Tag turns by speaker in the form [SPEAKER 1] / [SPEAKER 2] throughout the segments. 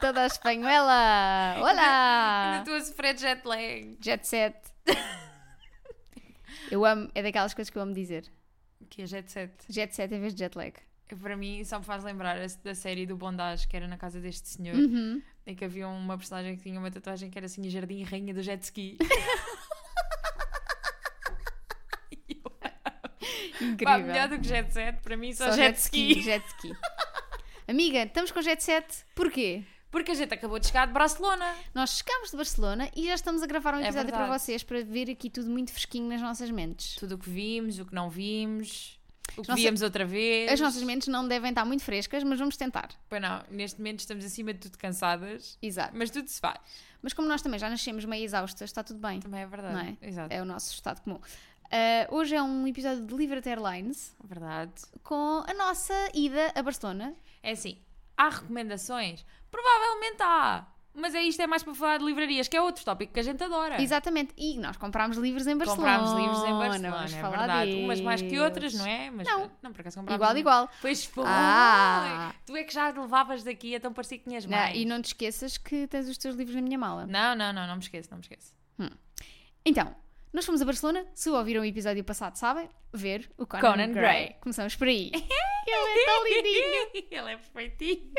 [SPEAKER 1] toda espanhola.
[SPEAKER 2] Ainda
[SPEAKER 1] Olá!
[SPEAKER 2] estou a sofrer de jet lag.
[SPEAKER 1] Jet set. Eu amo, é daquelas coisas que eu amo dizer.
[SPEAKER 2] Que é jet set.
[SPEAKER 1] Jet set em vez de jet lag.
[SPEAKER 2] Para mim, só me faz lembrar a- da série do Bondage, que era na casa deste senhor,
[SPEAKER 1] Uhum.
[SPEAKER 2] em que havia uma personagem que tinha uma tatuagem que era assim: Jardim Rainha do Jet Ski. Pá,
[SPEAKER 1] Incrível.
[SPEAKER 2] melhor do que jet set, para mim só,
[SPEAKER 1] Só
[SPEAKER 2] jet, ski.
[SPEAKER 1] Jet ski. Amiga, estamos com jet set. Porquê?
[SPEAKER 2] Porque a gente acabou de chegar de Barcelona.
[SPEAKER 1] Nós chegámos de Barcelona e já estamos a gravar um
[SPEAKER 2] É
[SPEAKER 1] episódio para
[SPEAKER 2] verdade.
[SPEAKER 1] vocês para ver aqui tudo muito fresquinho nas nossas mentes.
[SPEAKER 2] Tudo o que vimos, o que não vimos, o que
[SPEAKER 1] nossas-
[SPEAKER 2] víamos outra vez.
[SPEAKER 1] As nossas mentes não devem estar muito frescas, mas vamos tentar.
[SPEAKER 2] Pois não, neste momento estamos acima de tudo cansadas,
[SPEAKER 1] Exato.
[SPEAKER 2] mas tudo se faz.
[SPEAKER 1] Mas como nós também já nascemos meio exaustas, está tudo bem.
[SPEAKER 2] Também é verdade.
[SPEAKER 1] Não é?
[SPEAKER 2] Exato.
[SPEAKER 1] É o nosso estado comum. Ah, hoje é um episódio de Liberty Airlines
[SPEAKER 2] Verdade.
[SPEAKER 1] com a nossa ida a Barcelona.
[SPEAKER 2] É assim, há recomendações? Provavelmente há. Mas é isto é mais para falar de livrarias, que é outro tópico que a gente adora.
[SPEAKER 1] Exatamente. E nós comprámos livros em Barcelona.
[SPEAKER 2] É. Comprámos livros em Barcelona,
[SPEAKER 1] Vamos
[SPEAKER 2] é
[SPEAKER 1] falar
[SPEAKER 2] verdade. Umas mais que
[SPEAKER 1] deles.
[SPEAKER 2] outras, não é? Mas,
[SPEAKER 1] Não.
[SPEAKER 2] por acaso comprámos.
[SPEAKER 1] Igual,
[SPEAKER 2] um-
[SPEAKER 1] igual.
[SPEAKER 2] Pois foi.
[SPEAKER 1] Ah.
[SPEAKER 2] Tu é que já levavas daqui, então parecia que tinhas
[SPEAKER 1] Não,
[SPEAKER 2] mais.
[SPEAKER 1] né? e não te esqueças que tens os teus livros na minha mala.
[SPEAKER 2] Não, não, não, não me esqueço, não me esqueço.
[SPEAKER 1] Então, nós fomos a Barcelona. Se ouviram o episódio passado, sabem? Ver o Conan, Gray.
[SPEAKER 2] Conan Gray.
[SPEAKER 1] Começamos por aí. Ele é tão lindinho.
[SPEAKER 2] Ele é perfeitinho.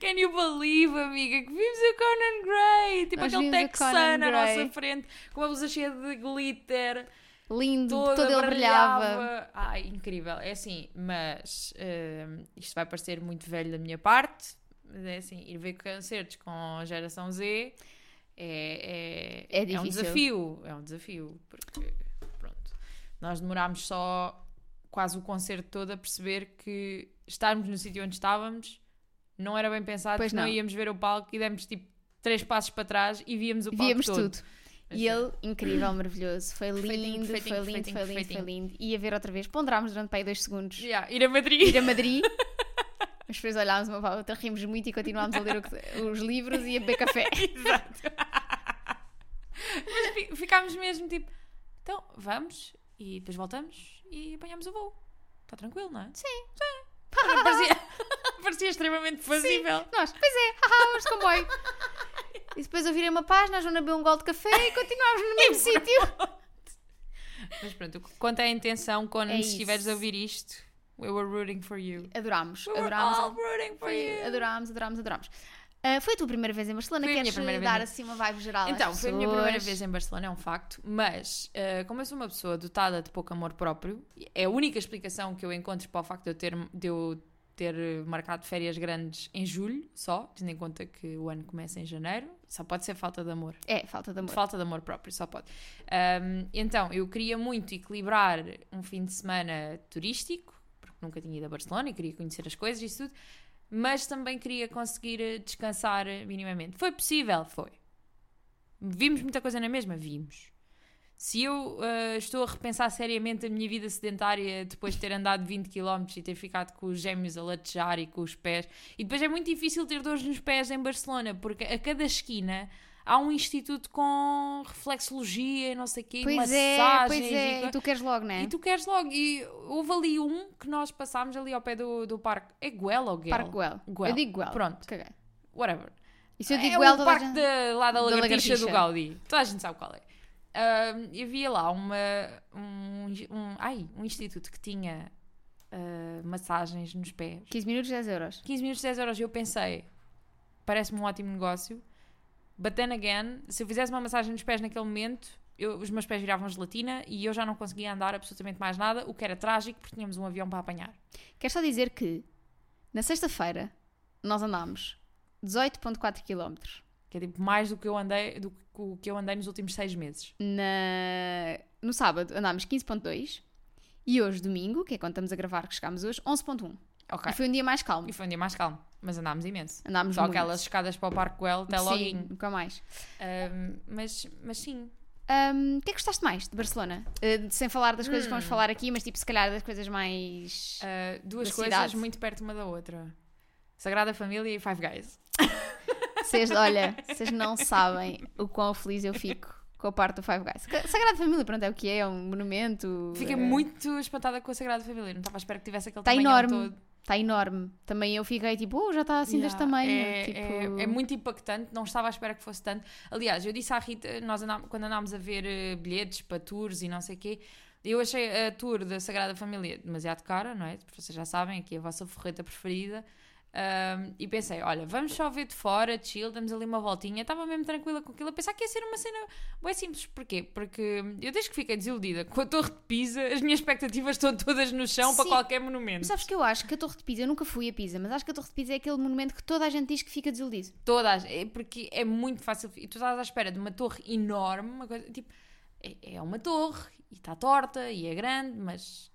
[SPEAKER 2] Can you believe, amiga, que vimos o Conan Gray? Tipo
[SPEAKER 1] Nós
[SPEAKER 2] aquele
[SPEAKER 1] vimos o
[SPEAKER 2] texano
[SPEAKER 1] Conan
[SPEAKER 2] à
[SPEAKER 1] Gray.
[SPEAKER 2] nossa frente, com uma blusa cheia de glitter,
[SPEAKER 1] Lindo,
[SPEAKER 2] toda
[SPEAKER 1] todo ele brilhava.
[SPEAKER 2] brilhava. Ai, incrível. É assim, mas hum, isto vai parecer muito velho da minha parte, mas é assim, ir ver concertos com a geração Z é,
[SPEAKER 1] É
[SPEAKER 2] é um
[SPEAKER 1] difícil.
[SPEAKER 2] desafio. É um desafio, porque, pronto, nós demorámos só quase o concerto todo a perceber que estarmos no sítio onde estávamos não era bem pensado,
[SPEAKER 1] Pois
[SPEAKER 2] que não.
[SPEAKER 1] não.
[SPEAKER 2] íamos ver o palco e demos tipo três passos para trás e víamos o palco
[SPEAKER 1] Víamos
[SPEAKER 2] todo. é.
[SPEAKER 1] tudo.
[SPEAKER 2] Mas
[SPEAKER 1] E ele, incrível, maravilhoso. Foi lindo, foi lindo,
[SPEAKER 2] Perfeitinho, perfeitinho, perfeitinho,
[SPEAKER 1] foi lindo, foi
[SPEAKER 2] perfeitinho.
[SPEAKER 1] lindo. E a ver outra vez, ponderámos durante para aí dois segundos.
[SPEAKER 2] Yeah, ir a Madrid.
[SPEAKER 1] Ir a Madrid. Mas depois olhámos uma para a outra, rimos muito e continuámos a ler o que- os livros e a beber café.
[SPEAKER 2] Mas fi- ficámos mesmo tipo, então vamos e depois voltamos e apanhamos o voo. Está tranquilo, não é? Sim. Parecia, parecia extremamente fazível.
[SPEAKER 1] Nós, pois é, haha, vamos de comboio. E depois eu virei uma paz, nós vamos beber um gol de café e continuámos no mesmo sítio.
[SPEAKER 2] Mas pronto, quanto à intenção, quando
[SPEAKER 1] É
[SPEAKER 2] estiveres
[SPEAKER 1] isso.
[SPEAKER 2] a ouvir isto, we were rooting for you.
[SPEAKER 1] Adorámos,
[SPEAKER 2] We were
[SPEAKER 1] adorámos.
[SPEAKER 2] all rooting for
[SPEAKER 1] Foi,
[SPEAKER 2] you.
[SPEAKER 1] adorámos, adorámos, adorámos. Ah, foi a tua primeira vez em Barcelona?
[SPEAKER 2] Foi a minha
[SPEAKER 1] Queres
[SPEAKER 2] primeira vez
[SPEAKER 1] dar
[SPEAKER 2] em-
[SPEAKER 1] assim uma vibe geral? às
[SPEAKER 2] Então, foi a minha primeira
[SPEAKER 1] pessoas?
[SPEAKER 2] vez em Barcelona, é um facto, mas eh, como eu sou uma pessoa dotada de pouco amor próprio, é a única explicação que eu encontro para o facto de eu ter, de eu ter eh, marcado férias grandes em julho só, tendo em conta que o ano começa em janeiro, só pode ser falta de amor.
[SPEAKER 1] É, falta de amor.
[SPEAKER 2] Falta de amor próprio, só pode. Ahm, então, eu queria muito equilibrar um fim de semana turístico, porque nunca tinha ido a Barcelona e queria conhecer as coisas e isso tudo, mas também queria conseguir eh, descansar eh, minimamente. Foi possível? Foi. Vimos muita coisa na mesma? Vimos. Se eu ah, estou a repensar seriamente a minha vida sedentária depois de ter andado 20 km e ter ficado com os gêmeos a latejar e com os pés, e depois é muito difícil ter dores nos pés em Barcelona, porque a cada esquina há um instituto com reflexologia e não sei o quê, e
[SPEAKER 1] Pois é,
[SPEAKER 2] massagens
[SPEAKER 1] pois é.
[SPEAKER 2] e
[SPEAKER 1] E tu queres logo, não é?
[SPEAKER 2] e tu queres logo, e houve ali um que nós passámos ali ao pé do, do parque. É Guel ou Guel?
[SPEAKER 1] Parque Guel.
[SPEAKER 2] Guel.
[SPEAKER 1] Eu digo Guel.
[SPEAKER 2] Pronto,
[SPEAKER 1] Caguei.
[SPEAKER 2] whatever.
[SPEAKER 1] E se eu digo
[SPEAKER 2] é
[SPEAKER 1] Guel,
[SPEAKER 2] o
[SPEAKER 1] toda a
[SPEAKER 2] parque
[SPEAKER 1] gente-
[SPEAKER 2] da- lá da
[SPEAKER 1] da
[SPEAKER 2] lagartixa,
[SPEAKER 1] lagartixa.
[SPEAKER 2] do Gaudi. Toda a gente sabe qual é. Ahm, e havia lá uma, um, um, ai, um instituto que tinha ah, massagens nos pés.
[SPEAKER 1] 15 minutos, 10 euros.
[SPEAKER 2] 15 minutos, 10 euros. E eu pensei, parece-me um ótimo negócio. But then again, se eu fizesse uma massagem nos pés naquele momento, eu- os meus pés viravam gelatina e eu já não conseguia andar absolutamente mais nada, o que era trágico porque tínhamos um avião para apanhar.
[SPEAKER 1] Quero só dizer que na sexta-feira nós andámos 18,4 km
[SPEAKER 2] Que é tipo mais do que eu andei, do que o que eu andei nos últimos seis meses.
[SPEAKER 1] na... no sábado andámos 15,2 e hoje, domingo, que é quando estamos a gravar, que chegámos hoje, 11,1.
[SPEAKER 2] Ok.
[SPEAKER 1] E foi um dia mais calmo.
[SPEAKER 2] E foi um dia mais calmo, mas andámos imenso.
[SPEAKER 1] Andámos
[SPEAKER 2] Só
[SPEAKER 1] muito.
[SPEAKER 2] aquelas escadas para o Parque Güell, até logo.
[SPEAKER 1] Sim, nunca mais.
[SPEAKER 2] Ahm, mas, mas sim,
[SPEAKER 1] Hum, o que é que gostaste mais de Barcelona? Eh, sem falar das coisas que
[SPEAKER 2] Hum.
[SPEAKER 1] vamos falar aqui, mas tipo, se calhar das coisas mais.
[SPEAKER 2] ah, duas
[SPEAKER 1] Da
[SPEAKER 2] coisas
[SPEAKER 1] cidade.
[SPEAKER 2] muito perto uma da outra. Sagrada Família e Five Guys.
[SPEAKER 1] Vocês, olha, vocês não sabem o quão feliz eu fico com a parte do Five Guys. Que- Sagrada Família, pronto, é o que é, é um monumento.
[SPEAKER 2] Fiquei
[SPEAKER 1] eh,
[SPEAKER 2] muito espantada com a Sagrada Família. Não estava à espera que tivesse aquele
[SPEAKER 1] Tá
[SPEAKER 2] tamanho
[SPEAKER 1] enorme.
[SPEAKER 2] todo.
[SPEAKER 1] Está enorme. Também eu fiquei tipo, oh, já está assim deste
[SPEAKER 2] Yeah,
[SPEAKER 1] tamanho.
[SPEAKER 2] É,
[SPEAKER 1] tipo...
[SPEAKER 2] é- é muito impactante, não estava à espera que fosse tanto. Aliás, eu disse à Rita, nós andá- quando andámos a ver eh, bilhetes para tours e não sei o quê, eu achei a tour da Sagrada Família demasiado cara, não é? Vocês já sabem, aqui é a vossa forreta preferida. Ahm, e pensei, olha, vamos só ver de fora, chill, damos ali uma voltinha. Estava mesmo tranquila com aquilo, a pensar que ia ser uma cena bem simples. Porquê? Porque eu desde que fiquei desiludida com a Torre de Pisa, as minhas expectativas estão todas no chão para
[SPEAKER 1] Sim.
[SPEAKER 2] qualquer monumento.
[SPEAKER 1] Mas sabes que eu acho que a Torre de Pisa, eu nunca fui a Pisa, mas acho que a Torre de Pisa é aquele monumento que toda a gente diz que fica desiludido.
[SPEAKER 2] Todas, é porque é muito fácil. E tu estás à espera de uma torre enorme, uma coisa tipo. É, é uma torre e está torta e é grande, mas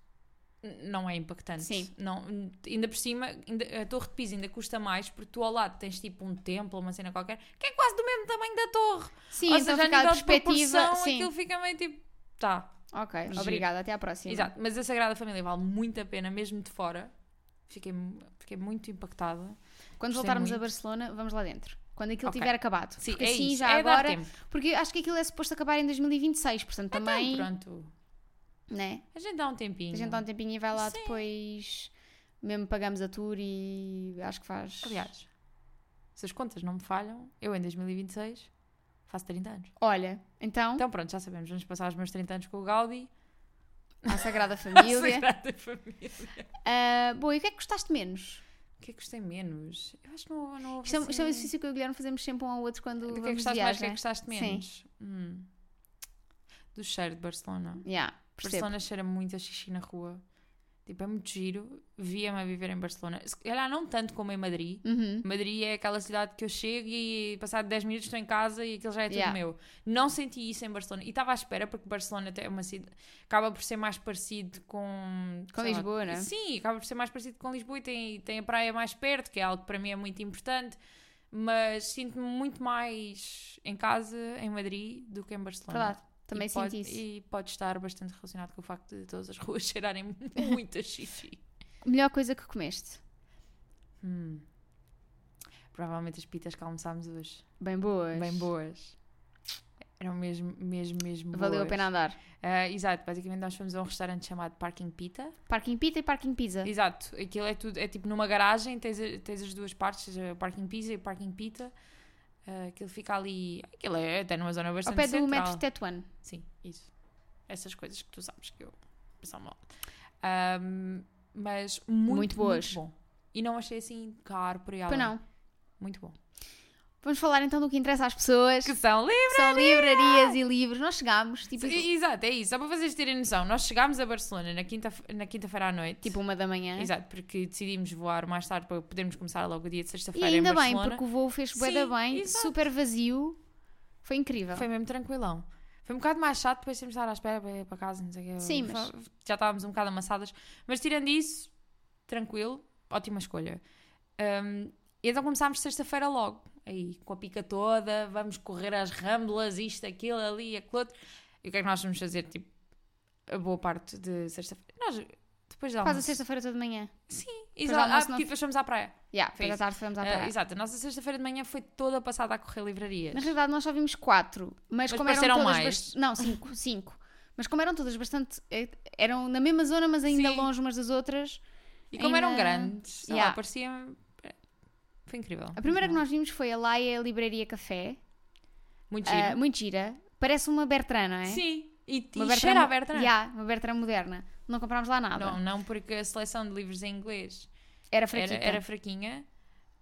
[SPEAKER 2] n- não é impactante.
[SPEAKER 1] Sim.
[SPEAKER 2] Não, ainda por cima, ainda- a torre de Pisa ainda custa mais porque tu ao lado tens tipo um templo, uma cena qualquer, que é quase do mesmo tamanho da torre.
[SPEAKER 1] Sim,
[SPEAKER 2] Ou
[SPEAKER 1] então
[SPEAKER 2] seja, a
[SPEAKER 1] fica a
[SPEAKER 2] nível de
[SPEAKER 1] perspectiva.
[SPEAKER 2] proporção,
[SPEAKER 1] Sim.
[SPEAKER 2] aquilo fica meio tipo. Tá,
[SPEAKER 1] Ok,
[SPEAKER 2] Giro.
[SPEAKER 1] obrigada, até à próxima.
[SPEAKER 2] Exato, mas a Sagrada Família vale muito a pena, mesmo de fora. Fiquei, fiquei muito impactada.
[SPEAKER 1] Quando
[SPEAKER 2] Gostei
[SPEAKER 1] voltarmos
[SPEAKER 2] muito.
[SPEAKER 1] a Barcelona, vamos lá dentro. Quando aquilo
[SPEAKER 2] Ok.
[SPEAKER 1] tiver acabado.
[SPEAKER 2] Sim,
[SPEAKER 1] porque
[SPEAKER 2] é
[SPEAKER 1] assim
[SPEAKER 2] isso.
[SPEAKER 1] já
[SPEAKER 2] é dar
[SPEAKER 1] agora.
[SPEAKER 2] tempo. Então,
[SPEAKER 1] Porque acho que aquilo é suposto acabar em 2026, portanto também.
[SPEAKER 2] Pronto.
[SPEAKER 1] né?
[SPEAKER 2] A gente dá um tempinho.
[SPEAKER 1] A gente dá um tempinho e vai lá
[SPEAKER 2] Sim.
[SPEAKER 1] depois. Mesmo pagamos a tour e acho que faz.
[SPEAKER 2] Aliás, se as contas não me falham, eu em 2026 faço 30 anos.
[SPEAKER 1] Olha, então,
[SPEAKER 2] Então pronto, já sabemos, vamos passar os meus 30 anos com o Gaudi.
[SPEAKER 1] à Sagrada
[SPEAKER 2] à
[SPEAKER 1] Família.
[SPEAKER 2] Então- Sagrada Família.
[SPEAKER 1] Ah, boa, e o que é que gostaste menos?
[SPEAKER 2] O que é que gostei menos? Eu acho que não, não houve
[SPEAKER 1] Isto é, isto é um
[SPEAKER 2] assim-
[SPEAKER 1] exercício que eu e o Guilherme fazemos sempre um ao outro quando
[SPEAKER 2] Do que é que
[SPEAKER 1] vamos de
[SPEAKER 2] gostaste mais, do que
[SPEAKER 1] viagem.
[SPEAKER 2] é que gostaste
[SPEAKER 1] Sim.
[SPEAKER 2] menos? Hum. Do cheiro de Barcelona.
[SPEAKER 1] Yeah, percebo.
[SPEAKER 2] Barcelona cheira muito a xixi na rua. Tipo, é muito giro. Via-me a viver em Barcelona. Se calhar não tanto como em Madrid.
[SPEAKER 1] Uhum.
[SPEAKER 2] Madrid é aquela cidade que eu chego e passado 10 minutos estou em casa e aquilo já é tudo
[SPEAKER 1] Yeah.
[SPEAKER 2] meu. Não senti isso em Barcelona. E estava à espera porque Barcelona até é uma cidade... Acaba por ser mais parecido com...
[SPEAKER 1] Com
[SPEAKER 2] sei lá,
[SPEAKER 1] Lisboa, não é?
[SPEAKER 2] Sim, acaba por ser mais parecido com Lisboa e tem, tem a praia mais perto, que é algo que para mim é muito importante. Mas sinto-me muito mais em casa, em Madrid, do que em Barcelona.
[SPEAKER 1] Verdade. Também
[SPEAKER 2] e
[SPEAKER 1] senti
[SPEAKER 2] pode,
[SPEAKER 1] isso.
[SPEAKER 2] E pode estar bastante relacionado com o facto de todas as ruas cheirarem muito a xixi.
[SPEAKER 1] Melhor coisa que comeste?
[SPEAKER 2] Hum. Provavelmente as pitas que almoçámos hoje.
[SPEAKER 1] Bem boas.
[SPEAKER 2] Bem boas. Eram mesmo, mesmo, mesmo boas.
[SPEAKER 1] Valeu a pena andar.
[SPEAKER 2] Ah, exato, basicamente nós fomos a um restaurante chamado Parking Pita.
[SPEAKER 1] Parking Pita e Parking Pizza.
[SPEAKER 2] Exato, aquilo é tudo, é tipo numa garagem, tens, a- tens as duas partes, tens a Parking Pizza e o Parking Pita. Ah, aquilo fica ali, aquilo é até numa zona
[SPEAKER 1] Ao
[SPEAKER 2] bastante
[SPEAKER 1] pé do
[SPEAKER 2] central. Tá
[SPEAKER 1] metro Tetuan.
[SPEAKER 2] Sim, isso. Essas coisas que tu sabes que eu pensava mal. Ahm, mas muito,
[SPEAKER 1] Muito boas.
[SPEAKER 2] muito bom. E não achei assim caro por aí
[SPEAKER 1] Pois
[SPEAKER 2] além.
[SPEAKER 1] não.
[SPEAKER 2] Muito bom.
[SPEAKER 1] Vamos falar então do que interessa às pessoas.
[SPEAKER 2] Que são livres!
[SPEAKER 1] que são livrarias e livros. Nós chegámos, tipo,
[SPEAKER 2] Sim, Exato, é isso. Só para vocês terem noção, nós chegámos a Barcelona na quinta- na quinta-feira à noite.
[SPEAKER 1] tipo uma da manhã.
[SPEAKER 2] Exato, porque decidimos voar mais tarde para podermos começar logo o dia de
[SPEAKER 1] E
[SPEAKER 2] sexta-feira em
[SPEAKER 1] ainda bem,
[SPEAKER 2] Barcelona.
[SPEAKER 1] porque o voo fez bué da
[SPEAKER 2] Sim,
[SPEAKER 1] bem,
[SPEAKER 2] exato.
[SPEAKER 1] super vazio. Foi incrível.
[SPEAKER 2] Foi mesmo tranquilão. Foi um bocado mais chato depois temos de estar à espera para ir para casa, não sei o quê.
[SPEAKER 1] Sim, mas-
[SPEAKER 2] Fa- Já estávamos um bocado amassadas. Mas tirando isso, tranquilo, ótima escolha. Hum, e então começámos sexta-feira logo, aí com a pica toda, vamos correr às ramblas, isto, aquilo, ali, aquilo outro. E o que é que nós vamos fazer, tipo, a boa parte de sexta-feira? Nós, depois de
[SPEAKER 1] Quase
[SPEAKER 2] almoço.
[SPEAKER 1] a sexta-feira toda de manhã. almoço
[SPEAKER 2] Exato, ah,
[SPEAKER 1] nós-
[SPEAKER 2] porque depois fomos à praia.
[SPEAKER 1] Yeah,
[SPEAKER 2] Foi
[SPEAKER 1] depois à
[SPEAKER 2] isso.
[SPEAKER 1] tarde fomos à
[SPEAKER 2] Ah,
[SPEAKER 1] praia.
[SPEAKER 2] exato, a nossa sexta-feira de manhã foi toda passada a correr livrarias.
[SPEAKER 1] Na realidade, nós só vimos quatro, mas,
[SPEAKER 2] Mas
[SPEAKER 1] como eram
[SPEAKER 2] pareceram
[SPEAKER 1] todas.
[SPEAKER 2] mais.
[SPEAKER 1] bast- Não, cinco, cinco. Mas como eram todas bastante. eh, eram na mesma zona, mas ainda
[SPEAKER 2] Sim.
[SPEAKER 1] longe umas das outras.
[SPEAKER 2] E como eram
[SPEAKER 1] Ainda-
[SPEAKER 2] grandes, sei
[SPEAKER 1] Yeah.
[SPEAKER 2] lá, parecia. eh, Foi incrível.
[SPEAKER 1] A primeira que nós vimos foi a Laia Livraria Café.
[SPEAKER 2] Muito
[SPEAKER 1] Ah,
[SPEAKER 2] giro.
[SPEAKER 1] muito gira. Parece uma Bertrand, não é?
[SPEAKER 2] Sim, e,
[SPEAKER 1] Uma
[SPEAKER 2] e cheira a Bertrand.
[SPEAKER 1] Yeah, uma Bertrand moderna. Não comprámos lá nada.
[SPEAKER 2] Não, não porque a seleção de livros em inglês
[SPEAKER 1] Era
[SPEAKER 2] era,
[SPEAKER 1] fraquita.
[SPEAKER 2] era fraquinha.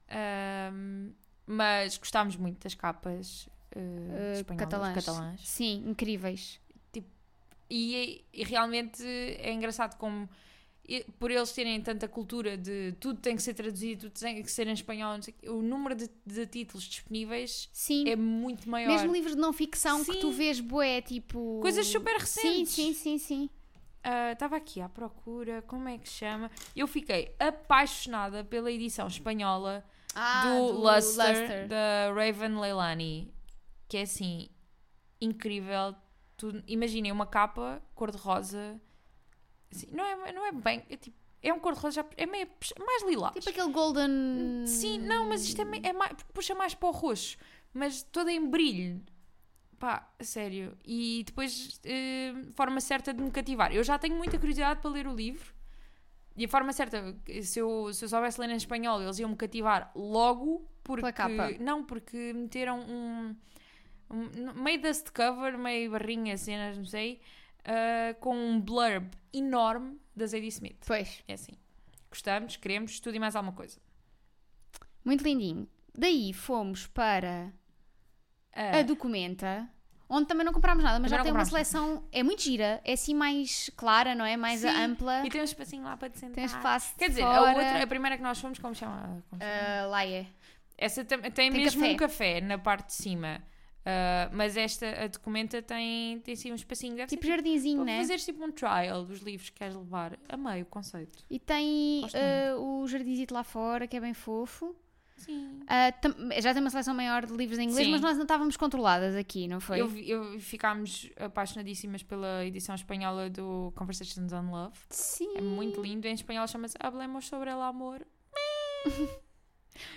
[SPEAKER 2] Ahm, mas gostámos muito das capas ah,
[SPEAKER 1] Ah,
[SPEAKER 2] espanholas,
[SPEAKER 1] catalãs.
[SPEAKER 2] catalãs.
[SPEAKER 1] Sim, incríveis.
[SPEAKER 2] E, e realmente é engraçado como e- por eles terem tanta cultura de tudo tem que ser traduzido, tudo tem que ser em espanhol, não sei o quê, o número de, de títulos disponíveis
[SPEAKER 1] Sim.
[SPEAKER 2] é muito maior.
[SPEAKER 1] Mesmo livros de não ficção que
[SPEAKER 2] Sim.
[SPEAKER 1] tu vês, boé, tipo.
[SPEAKER 2] Coisas super
[SPEAKER 1] Sim,
[SPEAKER 2] recentes.
[SPEAKER 1] sim, sim, sim.
[SPEAKER 2] Estava Ah, aqui à procura, como é que se chama? Eu fiquei apaixonada pela edição espanhola Ah, do, Luster, da Raven Leilani, que é assim, incrível. Tu- Imaginem uma capa cor-de-rosa, assim, não, é, não é bem, é, tipo, é um cor-de-rosa, já- é meio, puxa- mais lilás.
[SPEAKER 1] Tipo aquele Golden.
[SPEAKER 2] Sim, não, mas isto é, mei- é mais, puxa mais para o roxo, mas toda em brilho. Pá, sério. E depois, eh, forma certa de me cativar. Eu já tenho muita curiosidade para ler o livro, E a forma certa, se eu, se eu soubesse ler em espanhol, eles iam me cativar logo porque.
[SPEAKER 1] Pela capa.
[SPEAKER 2] Não, porque meteram um. um- meio dust cover, meio barrinha, cenas, não sei. ah, com um blurb enorme da Zadie Smith.
[SPEAKER 1] Pois,
[SPEAKER 2] É assim. Gostamos, queremos, tudo e mais alguma coisa.
[SPEAKER 1] muito lindinho. Daí fomos para
[SPEAKER 2] Ah,
[SPEAKER 1] a Documenta, onde também não comprámos nada, mas
[SPEAKER 2] Também
[SPEAKER 1] já
[SPEAKER 2] não
[SPEAKER 1] tem uma
[SPEAKER 2] comprámos.
[SPEAKER 1] seleção. É muito gira, é assim mais clara, não é? Mais
[SPEAKER 2] Sim,
[SPEAKER 1] ampla.
[SPEAKER 2] E tem um espacinho lá para te sentar.
[SPEAKER 1] Tem espaço.
[SPEAKER 2] Quer
[SPEAKER 1] de
[SPEAKER 2] dizer,
[SPEAKER 1] fora.
[SPEAKER 2] a outra, a primeira que nós fomos, como chama? Como chama?
[SPEAKER 1] Ah, lá é.
[SPEAKER 2] Essa tam- tem,
[SPEAKER 1] tem
[SPEAKER 2] mesmo
[SPEAKER 1] café.
[SPEAKER 2] um café na parte de cima. Ah, mas esta, a documenta, tem, tem sim um espacinho. Deve
[SPEAKER 1] Tipo
[SPEAKER 2] ser,
[SPEAKER 1] jardinzinho,
[SPEAKER 2] tipo,
[SPEAKER 1] né?
[SPEAKER 2] fazeres tipo um trial dos livros que queres levar. Amei o conceito.
[SPEAKER 1] E tem
[SPEAKER 2] Gosto
[SPEAKER 1] ah, o jardinzito lá fora, que é bem fofo.
[SPEAKER 2] Sim.
[SPEAKER 1] Ah, tam- já tem uma seleção maior de livros em inglês,
[SPEAKER 2] Sim.
[SPEAKER 1] mas nós não estávamos controladas aqui, não foi?
[SPEAKER 2] Eu, vi- eu- ficámos apaixonadíssimas pela edição espanhola do Conversations on Love.
[SPEAKER 1] Sim.
[SPEAKER 2] É muito lindo. Em espanhol chama-se Hablemos sobre el amor.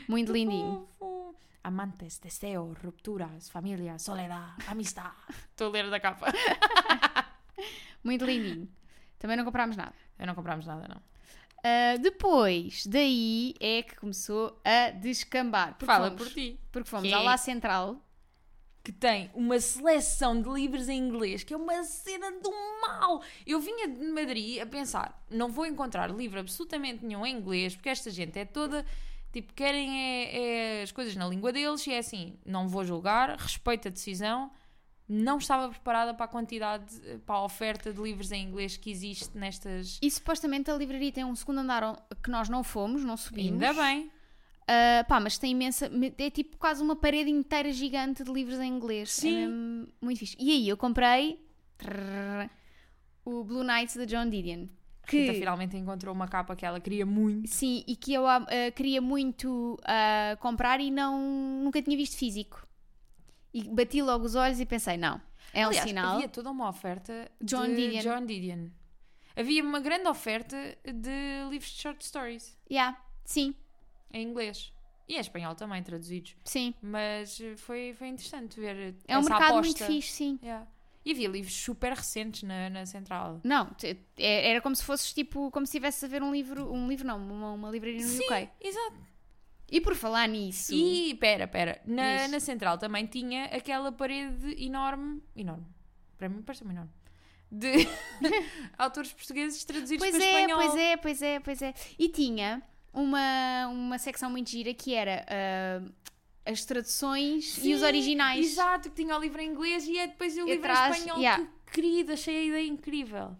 [SPEAKER 1] Muito lindinho.
[SPEAKER 2] Fofo. Amantes, deseo, rupturas, família, soledad, amistad. Estou a ler da capa.
[SPEAKER 1] Muito lindinho. Também não comprámos nada.
[SPEAKER 2] Eu não comprámos nada, não.
[SPEAKER 1] Ah, depois, daí é que começou a descambar. Porque
[SPEAKER 2] Fala
[SPEAKER 1] fomos,
[SPEAKER 2] por ti.
[SPEAKER 1] Porque fomos
[SPEAKER 2] Que
[SPEAKER 1] à
[SPEAKER 2] é-
[SPEAKER 1] La Central.
[SPEAKER 2] que tem uma seleção de livros em inglês, que é uma cena do mal. Eu vinha de Madrid a pensar, não vou encontrar livro absolutamente nenhum em inglês, porque esta gente é toda. Tipo, querem é- é as coisas na língua deles e é assim, não vou julgar, respeito a decisão. Não estava preparada para a quantidade, eh, para a oferta de livros em inglês que existe nestas.
[SPEAKER 1] E supostamente a livraria tem um segundo andar on- que nós não fomos, não subimos.
[SPEAKER 2] Ainda bem.
[SPEAKER 1] Ah, pá, mas tem imensa. É tipo quase uma parede inteira gigante de livros em inglês. É
[SPEAKER 2] Sim.
[SPEAKER 1] mesmo muito fixe. E aí eu comprei. trrr, o Blue Nights de John Didion.
[SPEAKER 2] Que...
[SPEAKER 1] Que
[SPEAKER 2] finalmente encontrou uma capa que ela queria muito.
[SPEAKER 1] Sim, e que eu ah, queria muito ah, comprar e não, nunca tinha visto físico. E bati logo os olhos e pensei, não, é um
[SPEAKER 2] Aliás,
[SPEAKER 1] sinal.
[SPEAKER 2] havia toda uma oferta
[SPEAKER 1] John
[SPEAKER 2] de
[SPEAKER 1] Didion.
[SPEAKER 2] John Didion. Havia uma grande oferta de livros de short stories
[SPEAKER 1] Yeah, sim,
[SPEAKER 2] em inglês e em espanhol também traduzidos.
[SPEAKER 1] sim.
[SPEAKER 2] Mas eh, foi, foi interessante ver eh,
[SPEAKER 1] É um
[SPEAKER 2] essa
[SPEAKER 1] mercado
[SPEAKER 2] aposta.
[SPEAKER 1] muito fixe, sim.
[SPEAKER 2] Yeah. E havia livros super recentes na, na central.
[SPEAKER 1] Não, te- é- era como se fosses tipo, como se estivesse a ver um livro, um livro não, uma, uma livraria no UK.
[SPEAKER 2] Exato.
[SPEAKER 1] E por falar nisso,
[SPEAKER 2] E pera, pera, na,
[SPEAKER 1] Diz.
[SPEAKER 2] na central também tinha aquela parede enorme, enorme. Para mim parece-me enorme. De autores portugueses traduzidos
[SPEAKER 1] pois
[SPEAKER 2] para
[SPEAKER 1] é,
[SPEAKER 2] espanhol.
[SPEAKER 1] pois é, pois é, pois é. E tinha uma, uma secção muito gira que era ah, as traduções e os
[SPEAKER 2] Sim,
[SPEAKER 1] originais.
[SPEAKER 2] Exato, que tinha o livro em inglês e é depois o
[SPEAKER 1] E
[SPEAKER 2] livro
[SPEAKER 1] atrás,
[SPEAKER 2] em espanhol.
[SPEAKER 1] yeah.
[SPEAKER 2] Que querida, achei a ideia incrível.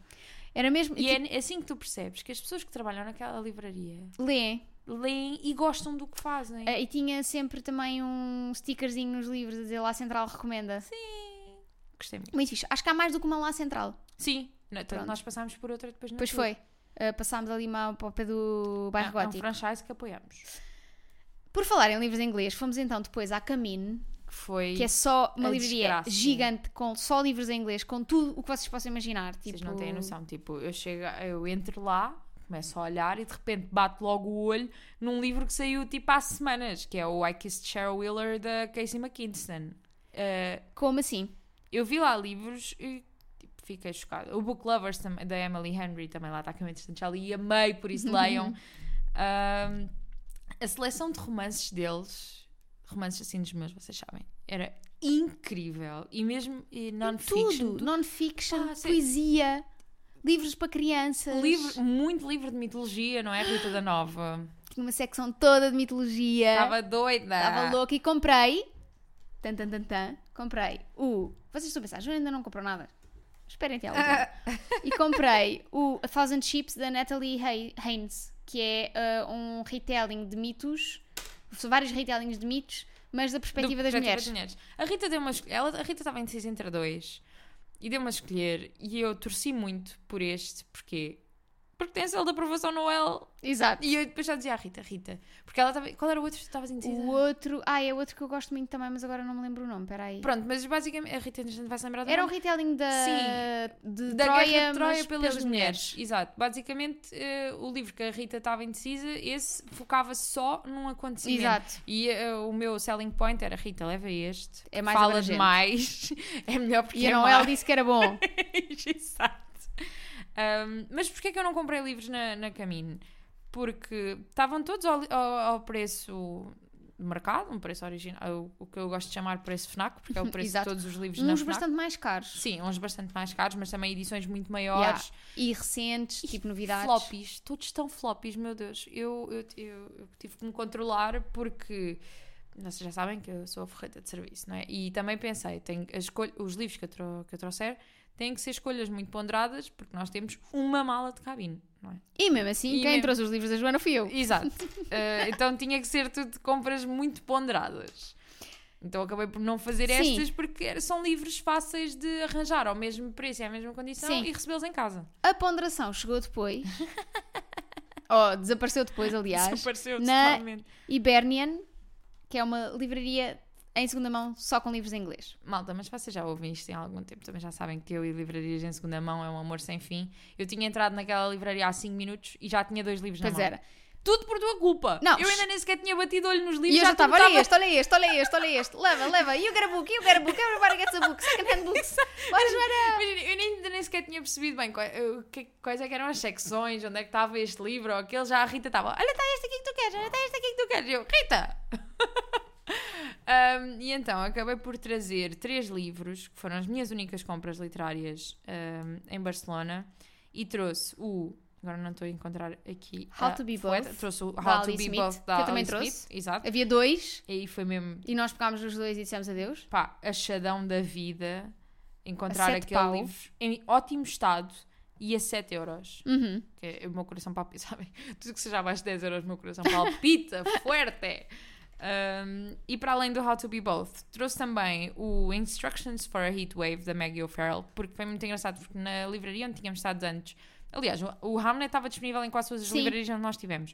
[SPEAKER 1] Era mesmo. tipo,
[SPEAKER 2] E é assim que tu percebes que as pessoas que trabalham naquela livraria
[SPEAKER 1] Lê.
[SPEAKER 2] leem e gostam do que fazem.
[SPEAKER 1] Eh, E tinha sempre também um stickerzinho nos livros a dizer Lá Central recomenda.
[SPEAKER 2] Sim. Gostei muito.
[SPEAKER 1] Muito fixe. Acho que há mais do que uma Lá Central.
[SPEAKER 2] Sim, na- tanto
[SPEAKER 1] Pronto.
[SPEAKER 2] nós passámos por outra depois na
[SPEAKER 1] Pois
[SPEAKER 2] tua.
[SPEAKER 1] foi. Eh, passámos ali uma para o pé do
[SPEAKER 2] É-
[SPEAKER 1] bairro
[SPEAKER 2] é um
[SPEAKER 1] gótico.
[SPEAKER 2] franchise que apoiamos.
[SPEAKER 1] Por falar em livros em inglês, fomos então depois à Camino,
[SPEAKER 2] Que foi.
[SPEAKER 1] que é só uma
[SPEAKER 2] A
[SPEAKER 1] livraria
[SPEAKER 2] desgraça.
[SPEAKER 1] gigante com só livros em inglês, com tudo o que vocês possam imaginar. Tipo,
[SPEAKER 2] Vocês não têm noção. Tipo, eu, chego, eu entro lá, começo a olhar e de repente bato logo o olho num livro que saiu tipo há semanas, que é o I Kissed Cheryl Wheeler da Casey McKinston. Eh,
[SPEAKER 1] Como assim?
[SPEAKER 2] Eu vi lá livros e tipo, fiquei chocada. O Book Lovers tam- da Emily Henry também lá está, que é muito interessante. Já li e amei, por isso leiam. Ahm, a seleção de romances deles, romances assim dos meus, vocês sabem, era incrível. E mesmo e non-fiction.
[SPEAKER 1] tudo. Non-fiction,
[SPEAKER 2] Ah, sim.
[SPEAKER 1] poesia, livros para crianças.
[SPEAKER 2] Livro, muito livro de mitologia, não é, Rita da Nova?
[SPEAKER 1] Tinha uma secção toda de mitologia.
[SPEAKER 2] Estava doida.
[SPEAKER 1] Estava É. louca e comprei. Tan, tan, tan, tan. Comprei o. Vocês estão a pensar, Júlia ainda não comprou nada. Esperem até a última.
[SPEAKER 2] Ah.
[SPEAKER 1] E comprei o A Thousand Ships da Natalie Hay- Haynes, que é ah, um retelling de mitos. São vários retellings de mitos, mas da
[SPEAKER 2] Do-
[SPEAKER 1] perspectiva das
[SPEAKER 2] perspectiva
[SPEAKER 1] mulheres.
[SPEAKER 2] das A Rita deu uma escolha. Ela, a Rita estava indecisa entre dois e deu-me a escolher. E eu torci muito por este, porquê? Porque tem selo de aprovação no L.
[SPEAKER 1] Exato.
[SPEAKER 2] E eu depois já dizia à Rita, Rita. Porque ela estava. Qual era o outro que tu estavas indecisa?
[SPEAKER 1] O outro. Ah, é outro que eu gosto muito também, mas agora não me lembro o nome. Peraí.
[SPEAKER 2] Pronto, mas basicamente a Rita entretanto, vai se lembrar do
[SPEAKER 1] Era um
[SPEAKER 2] nome.
[SPEAKER 1] retelling da.
[SPEAKER 2] Sim.
[SPEAKER 1] De
[SPEAKER 2] da
[SPEAKER 1] Troia,
[SPEAKER 2] guerra de Troia
[SPEAKER 1] mas
[SPEAKER 2] pelas, mulheres. Exato. Basicamente, eh, o livro que a Rita estava indecisa, esse focava só num acontecimento.
[SPEAKER 1] Exato.
[SPEAKER 2] E eh, o meu selling point era Rita, leva este.
[SPEAKER 1] É mais
[SPEAKER 2] Fala
[SPEAKER 1] abrangente.
[SPEAKER 2] demais. É melhor porque
[SPEAKER 1] E
[SPEAKER 2] é
[SPEAKER 1] a
[SPEAKER 2] mais.
[SPEAKER 1] Noel disse que era bom.
[SPEAKER 2] Exato. Um, mas porquê é que eu não comprei livros na, na Caminho? Porque estavam todos ao, ao- ao preço de mercado, um preço original, o- o que eu gosto de chamar preço FNAC, porque é o preço de
[SPEAKER 1] Exato.
[SPEAKER 2] todos os livros na
[SPEAKER 1] Uns
[SPEAKER 2] FNAC.
[SPEAKER 1] bastante mais caros.
[SPEAKER 2] Sim, uns bastante mais caros, mas também edições muito
[SPEAKER 1] Yeah.
[SPEAKER 2] maiores.
[SPEAKER 1] E recentes, tipo novidades.
[SPEAKER 2] Floppies, todos estão floppies, meu Deus. Eu, eu, eu- eu tive que me controlar porque vocês já sabem que eu sou a ferreta de serviço, não é? E também pensei, tenho, a escolha- os livros que eu, tro, que eu trouxer têm que ser escolhas muito ponderadas porque nós temos uma mala de cabine, não é?
[SPEAKER 1] E mesmo assim,
[SPEAKER 2] E
[SPEAKER 1] quem
[SPEAKER 2] mesmo-
[SPEAKER 1] trouxe os livros da Joana fui eu.
[SPEAKER 2] Exato. Eh, então tinha que ser tudo compras muito ponderadas. Então acabei por não fazer
[SPEAKER 1] Sim.
[SPEAKER 2] estas porque era- são livros fáceis de arranjar ao mesmo preço e à mesma condição
[SPEAKER 1] Sim.
[SPEAKER 2] e recebê-los em casa.
[SPEAKER 1] A ponderação chegou depois. oh, desapareceu depois, aliás.
[SPEAKER 2] Desapareceu
[SPEAKER 1] na-
[SPEAKER 2] totalmente.
[SPEAKER 1] Hibernian, que é uma livraria em segunda mão só com livros em inglês.
[SPEAKER 2] Malta, mas vocês já ouvem isto em algum tempo, também já sabem que eu e livrarias em segunda mão é um amor sem fim. Eu tinha entrado naquela livraria há 5 minutos e já tinha dois livros
[SPEAKER 1] Pois
[SPEAKER 2] na mão.
[SPEAKER 1] era.
[SPEAKER 2] Tudo por tua culpa.
[SPEAKER 1] Não,
[SPEAKER 2] eu ainda nem sequer tinha batido olho nos livros.
[SPEAKER 1] E eu já
[SPEAKER 2] tu me
[SPEAKER 1] estava, olha
[SPEAKER 2] estavas-
[SPEAKER 1] este, olha este, olha este, olha este. Leva, leva. You got a book, you got a book. Everybody gets a book. Second hand books. Bora, Joana.
[SPEAKER 2] Imagina, eu nem- ainda nem sequer tinha percebido bem qual- eu- que- quais é que eram as secções, onde é que estava este livro ou aquele. Já a Rita estava, olha, está este aqui que tu queres, olha, está este aqui que tu queres. E Eu, Rita! Um, e então acabei por trazer três livros, que foram as minhas únicas compras literárias um, em Barcelona, e trouxe o. Agora não estou a encontrar aqui.
[SPEAKER 1] How
[SPEAKER 2] a
[SPEAKER 1] to Be
[SPEAKER 2] poeta.
[SPEAKER 1] Both,
[SPEAKER 2] Trouxe o
[SPEAKER 1] da
[SPEAKER 2] How to
[SPEAKER 1] Alice
[SPEAKER 2] Be
[SPEAKER 1] Smith,
[SPEAKER 2] Both da
[SPEAKER 1] que eu também
[SPEAKER 2] Alice
[SPEAKER 1] trouxe.
[SPEAKER 2] Smith, exato.
[SPEAKER 1] Havia dois
[SPEAKER 2] E aí foi mesmo
[SPEAKER 1] e nós pegámos os dois e dissemos adeus.
[SPEAKER 2] pá, achadão da vida encontrar
[SPEAKER 1] A sete
[SPEAKER 2] aquele
[SPEAKER 1] pau.
[SPEAKER 2] livro em ótimo estado e a 7 euros.
[SPEAKER 1] Uhum.
[SPEAKER 2] Que é- o meu coração palpita, sabem? Tudo que seja abaixo de 10 euros, o meu coração palpita, fuerte! Um, e para além do How to Be Both, trouxe também o Instructions for a Heatwave da Maggie O'Farrell, porque foi muito engraçado, porque na livraria onde tínhamos estado antes, aliás, o, o Hamlet estava disponível em quase todas as
[SPEAKER 1] Sim.
[SPEAKER 2] livrarias onde nós estivemos.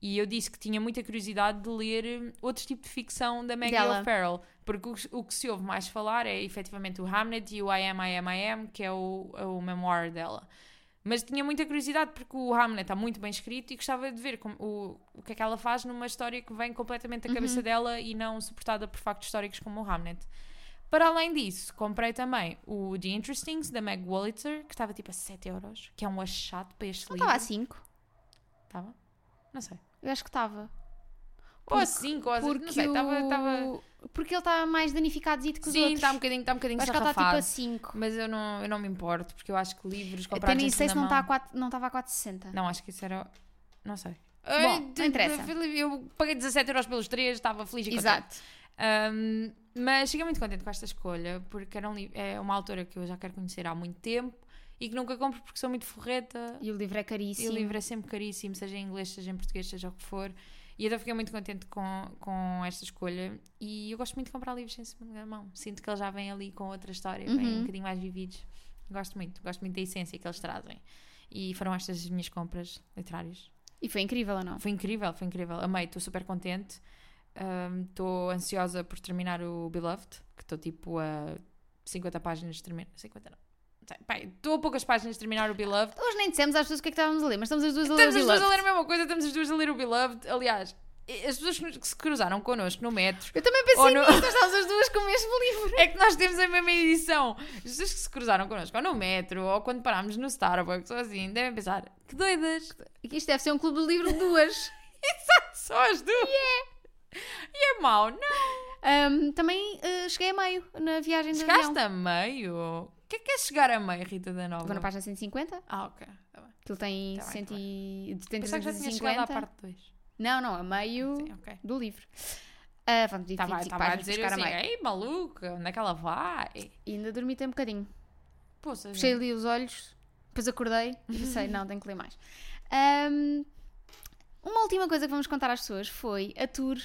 [SPEAKER 2] E eu disse que tinha muita curiosidade de ler hum, outro tipo de ficção da Maggie
[SPEAKER 1] Dela.
[SPEAKER 2] O'Farrell, porque o, que- o que se ouve mais falar é efetivamente o Hamlet e o I Am, I Am, I Am, que é o, é o memoir dela. Mas tinha muita curiosidade porque o Hamlet está muito bem escrito e gostava de ver como- o, o que é que ela faz numa história que vem completamente
[SPEAKER 1] Uhum.
[SPEAKER 2] da cabeça dela e não suportada por factos históricos como o Hamlet. Para além disso, comprei também o The Interestings da Meg Wolitzer, que estava tipo a 7 euros, que é um achado para este
[SPEAKER 1] Não
[SPEAKER 2] livro.
[SPEAKER 1] estava a cinco.
[SPEAKER 2] Estava? Não sei.
[SPEAKER 1] Eu acho que estava.
[SPEAKER 2] ou a 5, ou a
[SPEAKER 1] Porque
[SPEAKER 2] não sei, estava...
[SPEAKER 1] o-
[SPEAKER 2] estava-
[SPEAKER 1] Porque ele estava mais danificado que os
[SPEAKER 2] Sim,
[SPEAKER 1] outros.
[SPEAKER 2] está um bocadinho, está um bocadinho
[SPEAKER 1] acho que ele está tipo
[SPEAKER 2] sarrafado.
[SPEAKER 1] a 5.
[SPEAKER 2] Mas eu não, eu não me importo, porque eu acho que livros
[SPEAKER 1] Até
[SPEAKER 2] comprados
[SPEAKER 1] nem
[SPEAKER 2] em
[SPEAKER 1] sei se É, não
[SPEAKER 2] segunda
[SPEAKER 1] está a
[SPEAKER 2] mão...
[SPEAKER 1] quatro- não estava a 4,60.
[SPEAKER 2] Não, acho que isso era... Não sei.
[SPEAKER 1] Bom, não
[SPEAKER 2] de-
[SPEAKER 1] interessa.
[SPEAKER 2] de- Eu paguei 17 euros pelos três, estava feliz e contente.
[SPEAKER 1] Exato.
[SPEAKER 2] Um, mas fiquei muito contente com esta escolha, porque era um li- é uma autora que eu já quero conhecer há muito tempo e que nunca compro porque sou muito forreta.
[SPEAKER 1] E o livro é caríssimo.
[SPEAKER 2] E o livro é sempre caríssimo, seja em inglês, seja em português, seja o que for. E então fiquei muito contente com, com esta escolha. E eu gosto muito de comprar livros em segunda mão. Sinto que eles já vêm ali com outra história, vêm
[SPEAKER 1] Uhum.
[SPEAKER 2] um bocadinho mais vividos. Gosto muito, gosto muito da essência que eles trazem. E foram estas as minhas compras literárias.
[SPEAKER 1] E foi incrível ou não?
[SPEAKER 2] Foi incrível, foi incrível. Amei, estou super contente. Estou ansiosa por terminar o Beloved, que estou tipo a 50 páginas de terminar. 50 não. Estou a poucas páginas de terminar o Beloved.
[SPEAKER 1] Hoje nem dissemos às pessoas o que é que estávamos a ler, mas estamos as duas a ler.
[SPEAKER 2] Estamos
[SPEAKER 1] o
[SPEAKER 2] as duas a
[SPEAKER 1] Beloved.
[SPEAKER 2] ler a mesma coisa, estamos as duas a ler o Beloved. Aliás, e- as pessoas que nos- que se cruzaram connosco no metro.
[SPEAKER 1] Eu também
[SPEAKER 2] Ou
[SPEAKER 1] pensei
[SPEAKER 2] no-
[SPEAKER 1] nisso, nós estávamos as duas com o mesmo livro.
[SPEAKER 2] É que nós temos a mesma edição. As pessoas que se cruzaram connosco ou no metro ou quando parámos no Starbucks ou assim, devem pensar: que doidas,
[SPEAKER 1] Isto deve ser um clube de livro de duas.
[SPEAKER 2] só as duas. E é mau, não.
[SPEAKER 1] Ahm, também eh, cheguei a meio na viagem de avião.
[SPEAKER 2] Chegaste a meio? O que é que é chegar a meio, Rita da Nova?
[SPEAKER 1] Vou na página 150,
[SPEAKER 2] Ah, ok. Tá bem.
[SPEAKER 1] que ele tem
[SPEAKER 2] Tá bem,
[SPEAKER 1] 100 e... tem
[SPEAKER 2] Pensava que já tinha chegado à
[SPEAKER 1] 350.
[SPEAKER 2] parte 2.
[SPEAKER 1] Não, não, a meio
[SPEAKER 2] Sim, Tá ok.
[SPEAKER 1] do livro. Ah, vamos dizer
[SPEAKER 2] Estava
[SPEAKER 1] 25
[SPEAKER 2] estava a
[SPEAKER 1] páginas para
[SPEAKER 2] dizer
[SPEAKER 1] chegar a
[SPEAKER 2] assim,
[SPEAKER 1] meio.
[SPEAKER 2] ei, maluca, onde é que ela vai?
[SPEAKER 1] E ainda dormi até um bocadinho.
[SPEAKER 2] Poxa,
[SPEAKER 1] Fechei
[SPEAKER 2] gente.
[SPEAKER 1] ali os olhos, depois acordei e pensei, não, tenho que ler mais. Ahm, uma última coisa que vamos contar às pessoas foi a tour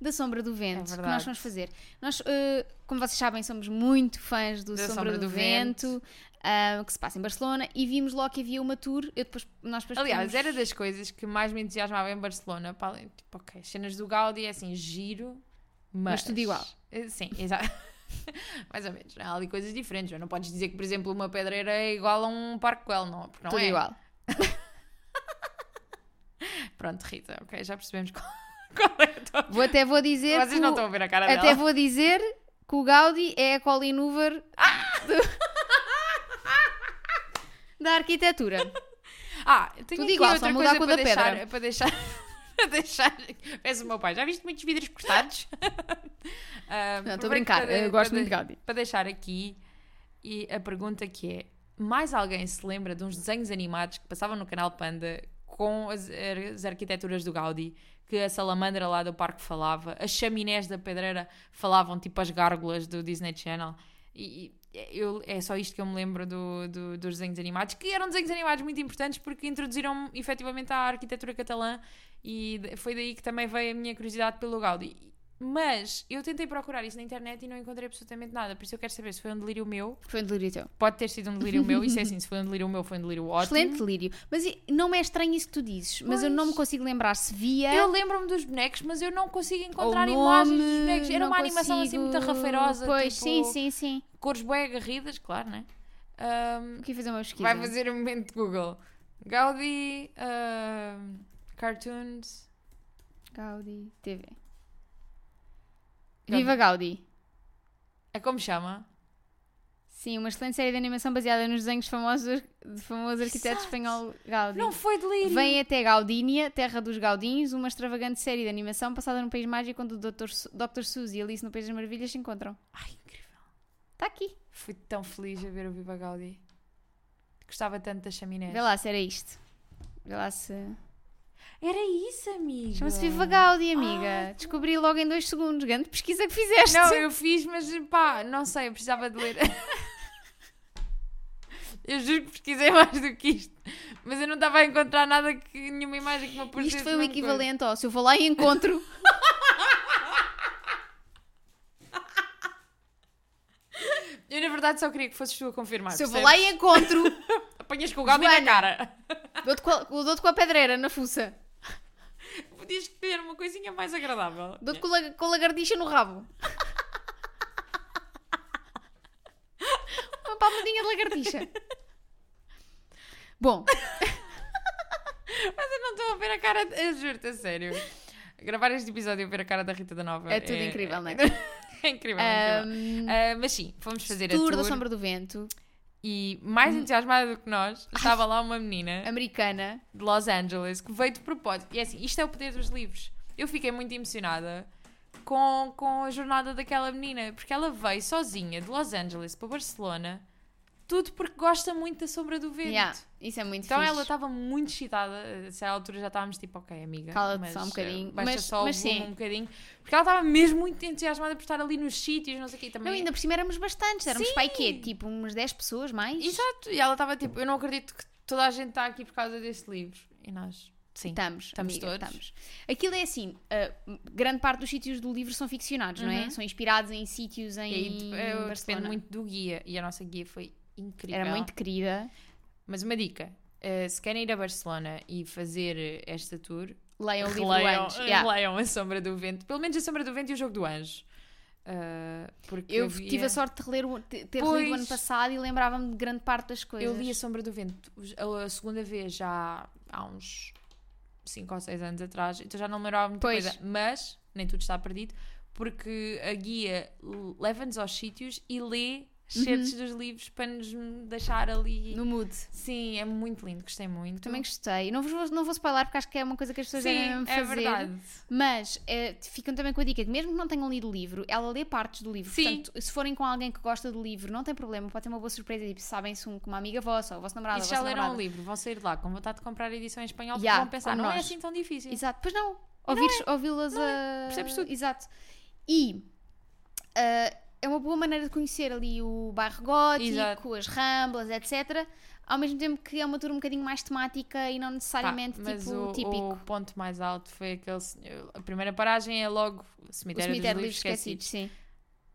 [SPEAKER 1] da Sombra do Vento que nós
[SPEAKER 2] É verdade.
[SPEAKER 1] fomos fazer. Nós, eh, como vocês sabem, somos muito fãs do
[SPEAKER 2] Da
[SPEAKER 1] Sombra, do, Vento, ah, que se passa em Barcelona, e vimos logo que havia uma tour. Eu depois, nós depois
[SPEAKER 2] Aliás,
[SPEAKER 1] pedimos-
[SPEAKER 2] era das coisas que mais me entusiasmava em Barcelona. Para além, tipo, ok, as cenas do Gaudi é assim, giro, mas...
[SPEAKER 1] Mas tudo igual.
[SPEAKER 2] Eh, Sim, exato. mais ou menos. Há ali coisas diferentes. Não podes dizer que, por exemplo, uma pedreira é igual a um parquel, não, porque não
[SPEAKER 1] tudo
[SPEAKER 2] é.
[SPEAKER 1] igual.
[SPEAKER 2] Pronto, Rita, ok, já percebemos qual, qual é a tua...
[SPEAKER 1] Vou até vou dizer. que
[SPEAKER 2] Vocês não
[SPEAKER 1] o-
[SPEAKER 2] estão a ver a cara dela.
[SPEAKER 1] Até vou dizer
[SPEAKER 2] Ah!
[SPEAKER 1] que o Gaudi é a Colin Hoover. da arquitetura.
[SPEAKER 2] Ah, eu tenho
[SPEAKER 1] Tudo
[SPEAKER 2] aqui
[SPEAKER 1] igual, só
[SPEAKER 2] outra
[SPEAKER 1] mudar a cor
[SPEAKER 2] coisa para
[SPEAKER 1] da
[SPEAKER 2] deixar,
[SPEAKER 1] pedra.
[SPEAKER 2] para deixar. para deixar. Peço o meu pai, já viste muitos vidros cortados? Ah,
[SPEAKER 1] Não,
[SPEAKER 2] para-
[SPEAKER 1] estou a brincar,
[SPEAKER 2] para-
[SPEAKER 1] eu gosto
[SPEAKER 2] para-
[SPEAKER 1] muito de Gaudi.
[SPEAKER 2] Para deixar aqui e a pergunta que é: mais alguém se lembra de uns desenhos animados que passavam no canal Panda com as, as arquiteturas do Gaudi? Que a salamandra lá do parque falava, as chaminés da pedreira falavam tipo as gárgulas do Disney Channel. E, e eu, é só isto que eu me lembro do, do- dos desenhos animados, que eram desenhos animados muito importantes porque introduziram efetivamente a arquitetura catalã e de- foi daí que também veio a minha curiosidade pelo Gaudi. Mas eu tentei procurar isso na internet e não encontrei absolutamente nada, por isso eu quero saber se foi um delírio meu.
[SPEAKER 1] Foi um delírio teu.
[SPEAKER 2] Pode ter sido um delírio meu, isso é assim, se foi um delírio meu, foi um delírio ótimo.
[SPEAKER 1] Excelente delírio. Mas e- não me é estranho isso que tu dizes, mas eu não me
[SPEAKER 2] Pois.
[SPEAKER 1] consigo lembrar se via.
[SPEAKER 2] Eu lembro-me dos bonecos, mas eu não consigo encontrar
[SPEAKER 1] ou o
[SPEAKER 2] imagens
[SPEAKER 1] nome,
[SPEAKER 2] dos bonecos. Era
[SPEAKER 1] não
[SPEAKER 2] uma animação assim muito
[SPEAKER 1] consigo.
[SPEAKER 2] arrafeirosa,
[SPEAKER 1] Pois,
[SPEAKER 2] tipo,
[SPEAKER 1] sim, sim, sim.
[SPEAKER 2] cores bem agarridas, claro, né? Ahm,
[SPEAKER 1] O que fazer uma pesquisa?
[SPEAKER 2] Vai fazer um momento de Google. Gaudi ahm, Cartoons.
[SPEAKER 1] Gaudi TV. Viva Gaudi.
[SPEAKER 2] É como chama?
[SPEAKER 1] Sim, uma excelente série de animação baseada nos desenhos famosos de famoso arquiteto
[SPEAKER 2] Exato.
[SPEAKER 1] espanhol Gaudi.
[SPEAKER 2] Não foi delírio.
[SPEAKER 1] Vem até Gaudínia, terra dos Gaudins, uma extravagante série de animação passada num país mágico onde o Dr. Su- Dr. Suzy e Alice no País das Maravilhas se encontram.
[SPEAKER 2] Ai, incrível.
[SPEAKER 1] Está aqui.
[SPEAKER 2] Fui tão feliz a ver o Viva Gaudi. Gostava tanto da chaminé.
[SPEAKER 1] Vê lá se era isto. Vê lá se.
[SPEAKER 2] Era isso, amigo.
[SPEAKER 1] Chama-se Viva Gaudi, amiga. Descobri logo em dois segundos. Grande pesquisa que fizeste.
[SPEAKER 2] Não, eu fiz, mas pá, não sei, eu precisava de ler. Eu juro que pesquisei mais do que isto. Mas eu não estava a encontrar nada que. nenhuma imagem que me aparecesse.
[SPEAKER 1] Isto foi o
[SPEAKER 2] mesmo coisa.
[SPEAKER 1] equivalente ao se eu vou lá e encontro.
[SPEAKER 2] Eu, na verdade, só queria que fosses tu a confirmar.
[SPEAKER 1] se eu vou
[SPEAKER 2] percebes?
[SPEAKER 1] lá e encontro.
[SPEAKER 2] Apanhas com o Gaudi na
[SPEAKER 1] Joana.
[SPEAKER 2] cara.
[SPEAKER 1] Dou-te com, a- dou-te com a pedreira na fuça.
[SPEAKER 2] Podias escolher uma coisinha mais agradável.
[SPEAKER 1] Dou-te com, la- com a lagartixa no rabo. Uma palmadinha de lagartixa. Bom,
[SPEAKER 2] Mas eu não estou a ver a cara. de- Eu juro-te, a sério. Gravar este episódio e ver a cara da Rita da Nova.
[SPEAKER 1] é tudo incrível, não é?
[SPEAKER 2] É incrível. é incrível.
[SPEAKER 1] Ahm,
[SPEAKER 2] Ah, mas sim, fomos fazer
[SPEAKER 1] Hum. Tour
[SPEAKER 2] a
[SPEAKER 1] da
[SPEAKER 2] tour.
[SPEAKER 1] Sombra Hum. do Vento,
[SPEAKER 2] E mais entusiasmada do que nós, estava lá uma menina
[SPEAKER 1] americana.
[SPEAKER 2] de Los Angeles que veio de propósito. E é assim, isto é o poder dos livros. Eu fiquei muito emocionada com, com a jornada daquela menina, porque ela veio sozinha de Los Angeles para Barcelona, tudo porque gosta muito da Sombra do Vento.
[SPEAKER 1] Yeah, isso é muito
[SPEAKER 2] Então
[SPEAKER 1] fixe.
[SPEAKER 2] ela estava muito excitada, a certa altura já estávamos tipo, ok, amiga.
[SPEAKER 1] Cala-te só um
[SPEAKER 2] eh,
[SPEAKER 1] bocadinho."
[SPEAKER 2] Baixa
[SPEAKER 1] Mas-
[SPEAKER 2] só o
[SPEAKER 1] mas
[SPEAKER 2] volume
[SPEAKER 1] sim.
[SPEAKER 2] um bocadinho. Porque ela estava mesmo muito entusiasmada por estar ali nos sítios, não sei o quê. e Também...
[SPEAKER 1] Não, ainda por cima éramos bastantes. Éramos
[SPEAKER 2] Sim.
[SPEAKER 1] pai quê? Tipo umas 10 pessoas mais?
[SPEAKER 2] Exato, e ela estava tipo, eu não acredito que toda a gente está aqui por causa deste livro. E nós, sim.
[SPEAKER 1] Estamos,
[SPEAKER 2] Estamos
[SPEAKER 1] amiga,
[SPEAKER 2] todos.
[SPEAKER 1] Estamos. Aquilo é assim, ah, grande parte dos sítios do livro são ficcionados, não é? São inspirados em sítios
[SPEAKER 2] Uhum. E
[SPEAKER 1] em
[SPEAKER 2] aí tipo, eu- depende
[SPEAKER 1] Barcelona.
[SPEAKER 2] muito do guia, e a nossa guia foi incrível.
[SPEAKER 1] Era muito querida.
[SPEAKER 2] Mas uma dica, eh, se querem ir a Barcelona e fazer eh, esta tour,
[SPEAKER 1] Leiam o É um livro
[SPEAKER 2] leiam, eh,
[SPEAKER 1] antes. Yeah.
[SPEAKER 2] leiam A Sombra do Vento. Pelo menos A Sombra do Vento e O Jogo do Anjo. Ah, porque
[SPEAKER 1] Eu
[SPEAKER 2] havia-
[SPEAKER 1] tive a sorte de reler o, de ter
[SPEAKER 2] Pois.
[SPEAKER 1] lido o ano passado e lembrava-me de grande parte das coisas.
[SPEAKER 2] Eu li A Sombra do Vento os- a, a segunda vez já há uns 5 ou 6 anos atrás, então já não me lembrava muita
[SPEAKER 1] Pois.
[SPEAKER 2] coisa, mas nem tudo está perdido, porque a guia l- leva-nos aos sítios e lê certos dos livros para nos deixar ali.
[SPEAKER 1] Uhum. no mood.
[SPEAKER 2] Sim, é muito lindo, gostei muito.
[SPEAKER 1] Também gostei. Não vos vou, não vou spoiler porque acho que é uma coisa que as pessoas
[SPEAKER 2] Sim,
[SPEAKER 1] devem mesmo
[SPEAKER 2] é
[SPEAKER 1] fazer.
[SPEAKER 2] verdade.
[SPEAKER 1] Mas eh, ficam também com a dica que mesmo que não tenham lido o livro, ela lê partes do livro.
[SPEAKER 2] Sim.
[SPEAKER 1] Portanto, se forem com alguém que gosta do livro, não tem problema, pode ter uma boa surpresa. Tipo, sabem-se um, com uma amiga vossa, ou o vosso namorado,
[SPEAKER 2] E
[SPEAKER 1] ou a
[SPEAKER 2] se já
[SPEAKER 1] vossa
[SPEAKER 2] leram
[SPEAKER 1] namorada.
[SPEAKER 2] o livro, vão sair de lá com vontade de comprar a edição em espanhol porque
[SPEAKER 1] Yeah,
[SPEAKER 2] vão pensar,
[SPEAKER 1] como
[SPEAKER 2] não é
[SPEAKER 1] nós.
[SPEAKER 2] assim tão difícil.
[SPEAKER 1] Exato. Pois não. Ouvires, ouvi-las
[SPEAKER 2] é. não
[SPEAKER 1] a...
[SPEAKER 2] Percebes tudo.
[SPEAKER 1] Exato. E ah, é uma boa maneira de conhecer ali o bairro gótico,
[SPEAKER 2] Exato.
[SPEAKER 1] as ramblas, etc. Ao mesmo tempo que é uma tour um bocadinho mais temática e não
[SPEAKER 2] Pá,
[SPEAKER 1] necessariamente
[SPEAKER 2] Tá, mas
[SPEAKER 1] tipo
[SPEAKER 2] o,
[SPEAKER 1] típico.
[SPEAKER 2] o ponto mais alto foi aquele senhor- a primeira paragem é logo o
[SPEAKER 1] O
[SPEAKER 2] cemitério,
[SPEAKER 1] cemitério de
[SPEAKER 2] dos livros esquecidos,
[SPEAKER 1] sim.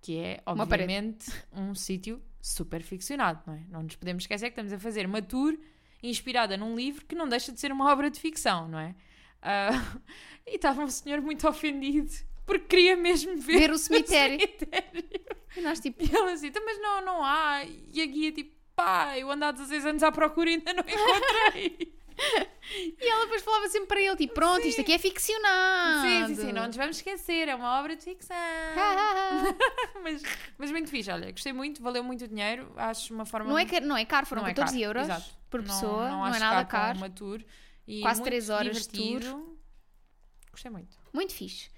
[SPEAKER 2] que é
[SPEAKER 1] Uma parede.
[SPEAKER 2] obviamente um sítio super ficcionado não é? não nos podemos esquecer que estamos a fazer uma tour inspirada num livro que não deixa de ser uma obra de ficção não é Ah, e estava um senhor muito ofendido porque queria mesmo ver,
[SPEAKER 1] Ver o cemitério.
[SPEAKER 2] cemitério.
[SPEAKER 1] E nós tipo,
[SPEAKER 2] e ele assim, "Então, mas não, é não há e a guia tipo, pá, eu ando há 16 anos à procura e ainda não encontrei
[SPEAKER 1] E ela depois falava sempre para ele, tipo, pronto, isto aqui é ficcionado.
[SPEAKER 2] Sim, sim, sim, não nos vamos esquecer, é uma obra de ficção. mas, mas muito fixe, olha, gostei muito, valeu muito o dinheiro, acho uma forma.
[SPEAKER 1] não, é
[SPEAKER 2] muito-
[SPEAKER 1] ca- não é caro, foram
[SPEAKER 2] não é
[SPEAKER 1] 14
[SPEAKER 2] caro,
[SPEAKER 1] euros
[SPEAKER 2] exato.
[SPEAKER 1] por pessoa, não, é
[SPEAKER 2] acho
[SPEAKER 1] nada caro.
[SPEAKER 2] Uma tour e
[SPEAKER 1] Quase
[SPEAKER 2] muito
[SPEAKER 1] três horas de tour.
[SPEAKER 2] divertido. Gostei muito.
[SPEAKER 1] Muito fixe.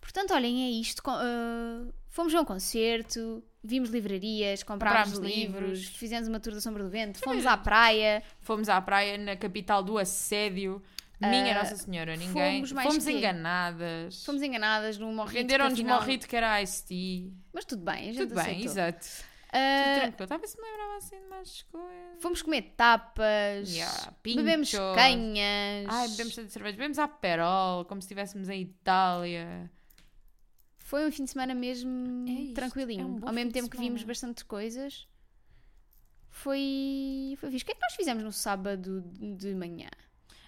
[SPEAKER 1] Portanto, olhem, é isto. Com- ah, fomos a um concerto, vimos livrarias, comprámos,
[SPEAKER 2] Comprámos
[SPEAKER 1] livros,
[SPEAKER 2] livros.
[SPEAKER 1] fizemos uma tour da Sombra do Vento, fomos à praia.
[SPEAKER 2] Fomos à praia, na capital do assédio. Minha Nossa Senhora, ninguém.
[SPEAKER 1] Ah, fomos mais quê?
[SPEAKER 2] enganadas.
[SPEAKER 1] Fomos enganadas num morrito. que
[SPEAKER 2] Venderam-nos
[SPEAKER 1] afinal-
[SPEAKER 2] morrito que era iced tea.
[SPEAKER 1] Mas tudo bem, a gente
[SPEAKER 2] Tudo bem,
[SPEAKER 1] aceitou.
[SPEAKER 2] exato.
[SPEAKER 1] Ah,
[SPEAKER 2] Tudo tranquilo. Talvez se me lembrava assim de mais coisas.
[SPEAKER 1] fomos comer tapas,
[SPEAKER 2] Yeah,
[SPEAKER 1] bebemos
[SPEAKER 2] pinchos.
[SPEAKER 1] canhas.
[SPEAKER 2] Ai, bebemos tanta cerveja. Bebemos à Perol, como se estivéssemos em Itália.
[SPEAKER 1] Foi um fim de semana mesmo
[SPEAKER 2] É isto,
[SPEAKER 1] tranquilinho.
[SPEAKER 2] é um bom
[SPEAKER 1] Ao
[SPEAKER 2] fim
[SPEAKER 1] mesmo
[SPEAKER 2] de
[SPEAKER 1] tempo que vimos
[SPEAKER 2] semana.
[SPEAKER 1] bastante coisas. Foi. Foi fixe. O que é que nós fizemos no sábado de manhã?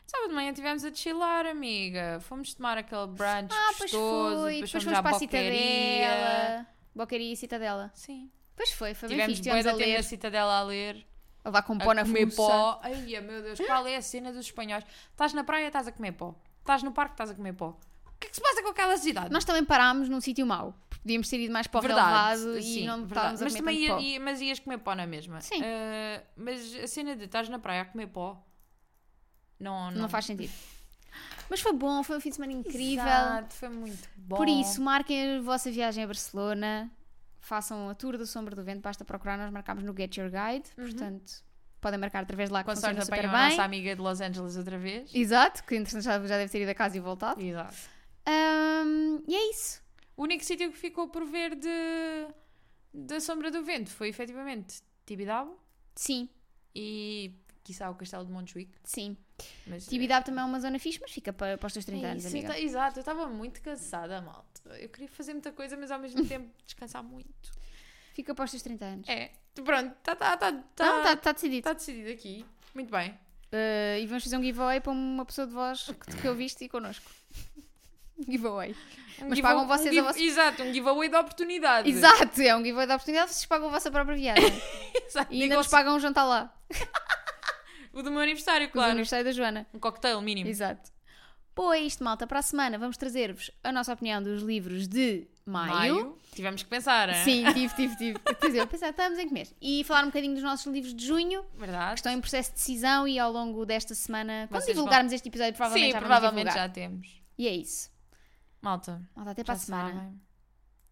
[SPEAKER 2] Sábado de manhã estivemos a chilar, amiga. Fomos tomar aquele brunch
[SPEAKER 1] Ah, pois
[SPEAKER 2] gostoso.
[SPEAKER 1] foi. depois
[SPEAKER 2] Depois, fomos,
[SPEAKER 1] fomos
[SPEAKER 2] à
[SPEAKER 1] para a
[SPEAKER 2] Boqueria.
[SPEAKER 1] Citadela. Bocaria e Citadela.
[SPEAKER 2] Sim.
[SPEAKER 1] Pois foi, foi bem
[SPEAKER 2] Tivemos
[SPEAKER 1] fixe.
[SPEAKER 2] boa
[SPEAKER 1] Estivemos
[SPEAKER 2] da
[SPEAKER 1] a
[SPEAKER 2] tempo na
[SPEAKER 1] ler,
[SPEAKER 2] Citadela a ler.
[SPEAKER 1] a levar com pó na
[SPEAKER 2] a comer
[SPEAKER 1] fuça.
[SPEAKER 2] pó. Ai, meu Deus, qual é a cena dos espanhóis? Estás na praia, estás a comer pó. Estás no parque, estás a comer pó. O que é que se passa com aquela cidade?
[SPEAKER 1] Nós também parámos num sítio mau. porque Podíamos ter ido mais para o relevado e
[SPEAKER 2] sim,
[SPEAKER 1] não
[SPEAKER 2] verdade.
[SPEAKER 1] estávamos a
[SPEAKER 2] mas
[SPEAKER 1] comer
[SPEAKER 2] também
[SPEAKER 1] tanto pó.
[SPEAKER 2] ia- ia- mas ias comer pó na mesma.
[SPEAKER 1] Sim.
[SPEAKER 2] Ah, mas a cena de estás na praia a comer pó não, não,
[SPEAKER 1] Não faz sentido. Mas foi bom, foi um fim de semana incrível.
[SPEAKER 2] Exato, foi muito bom.
[SPEAKER 1] Por isso, marquem a vossa viagem a Barcelona, façam a tour da Sombra do Vento, basta procurar, nós marcámos no Get Your Guide, portanto, podem marcar através de lá que
[SPEAKER 2] Uhum. com sorte
[SPEAKER 1] funciona super
[SPEAKER 2] apanhou
[SPEAKER 1] bem.
[SPEAKER 2] a nossa amiga de Los Angeles outra vez.
[SPEAKER 1] Exato, que interessante, já já deve ter ido a casa e voltado.
[SPEAKER 2] Exato.
[SPEAKER 1] Ahm, e é isso.
[SPEAKER 2] O único sítio que ficou por ver de, da Sombra do Vento foi efetivamente Tibidabo
[SPEAKER 1] Sim,
[SPEAKER 2] e, quiçá, o Castelo de Montjuic.
[SPEAKER 1] sim.
[SPEAKER 2] Mas,
[SPEAKER 1] Tibidabo também é uma zona fixe, mas fica para, para os teus
[SPEAKER 2] É
[SPEAKER 1] 30 anos,
[SPEAKER 2] isso, eu
[SPEAKER 1] amiga.
[SPEAKER 2] ta- exato, eu estava muito cansada, malta. Eu queria fazer muita coisa, mas ao mesmo tempo descansar muito.
[SPEAKER 1] Fica para os teus 30 anos.
[SPEAKER 2] É, pronto, está tá, tá,
[SPEAKER 1] Não,
[SPEAKER 2] tá,
[SPEAKER 1] está tá decidido.
[SPEAKER 2] tá decidido aqui. Muito bem.
[SPEAKER 1] Ah, e vamos fazer um giveaway para uma pessoa de vós que, que eu viste e connosco. giveaway.
[SPEAKER 2] Um
[SPEAKER 1] Mas
[SPEAKER 2] giveaway-
[SPEAKER 1] pagam
[SPEAKER 2] um
[SPEAKER 1] vocês a
[SPEAKER 2] give-
[SPEAKER 1] vossa-
[SPEAKER 2] Exato, um giveaway de oportunidade.
[SPEAKER 1] Exato, é um giveaway da oportunidade, vocês pagam a vossa própria viagem.
[SPEAKER 2] Exato.
[SPEAKER 1] E ainda
[SPEAKER 2] Digam
[SPEAKER 1] nos pagam um jantar lá.
[SPEAKER 2] o do meu aniversário,
[SPEAKER 1] Claro.
[SPEAKER 2] claro.
[SPEAKER 1] aniversário da Joana.
[SPEAKER 2] Um cocktail mínimo.
[SPEAKER 1] Exato. Pois isto, malta, para a semana vamos trazer-vos a nossa opinião dos livros de maio.
[SPEAKER 2] Tivemos que pensar, é? hein?
[SPEAKER 1] Sim, tive, tive, tive. Quer dizer, eu pensava, estamos em que mês? E falar um bocadinho dos nossos livros de junho, que
[SPEAKER 2] Verdade.
[SPEAKER 1] estão em processo de decisão e ao longo desta semana, quando
[SPEAKER 2] Vocês
[SPEAKER 1] divulgarmos este episódio, provavelmente
[SPEAKER 2] Sim,
[SPEAKER 1] já
[SPEAKER 2] provavelmente
[SPEAKER 1] vamos divulgar.
[SPEAKER 2] já temos.
[SPEAKER 1] E é isso.
[SPEAKER 2] Malta,
[SPEAKER 1] Malta, até para
[SPEAKER 2] já
[SPEAKER 1] a semana.
[SPEAKER 2] sabem.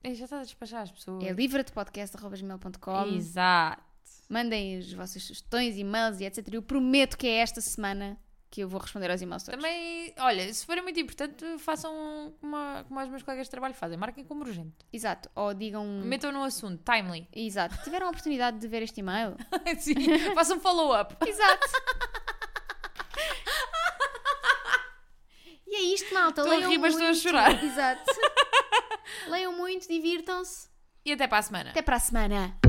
[SPEAKER 2] Ei, Já está a despachar as pessoas.
[SPEAKER 1] É livra-te-podcast.com
[SPEAKER 2] Exato.
[SPEAKER 1] Mandem as vossas sugestões, e-mails e etc. Eu prometo que é esta semana que eu vou responder aos e-mails todos.
[SPEAKER 2] Também, olha, se for muito importante, façam como, como os meus colegas de trabalho fazem, marquem como urgente.
[SPEAKER 1] Exato. Ou digam...
[SPEAKER 2] Metam no assunto, timely.
[SPEAKER 1] Exato. Tiveram a oportunidade de ver este e-mail?
[SPEAKER 2] Sim, façam follow-up.
[SPEAKER 1] Exato. e é isto, malta.
[SPEAKER 2] Estou a
[SPEAKER 1] Leiam
[SPEAKER 2] rir, mas
[SPEAKER 1] muito.
[SPEAKER 2] estou a chorar.
[SPEAKER 1] Exato. Leiam muito, divirtam-se.
[SPEAKER 2] E até para a semana.
[SPEAKER 1] Até para a semana.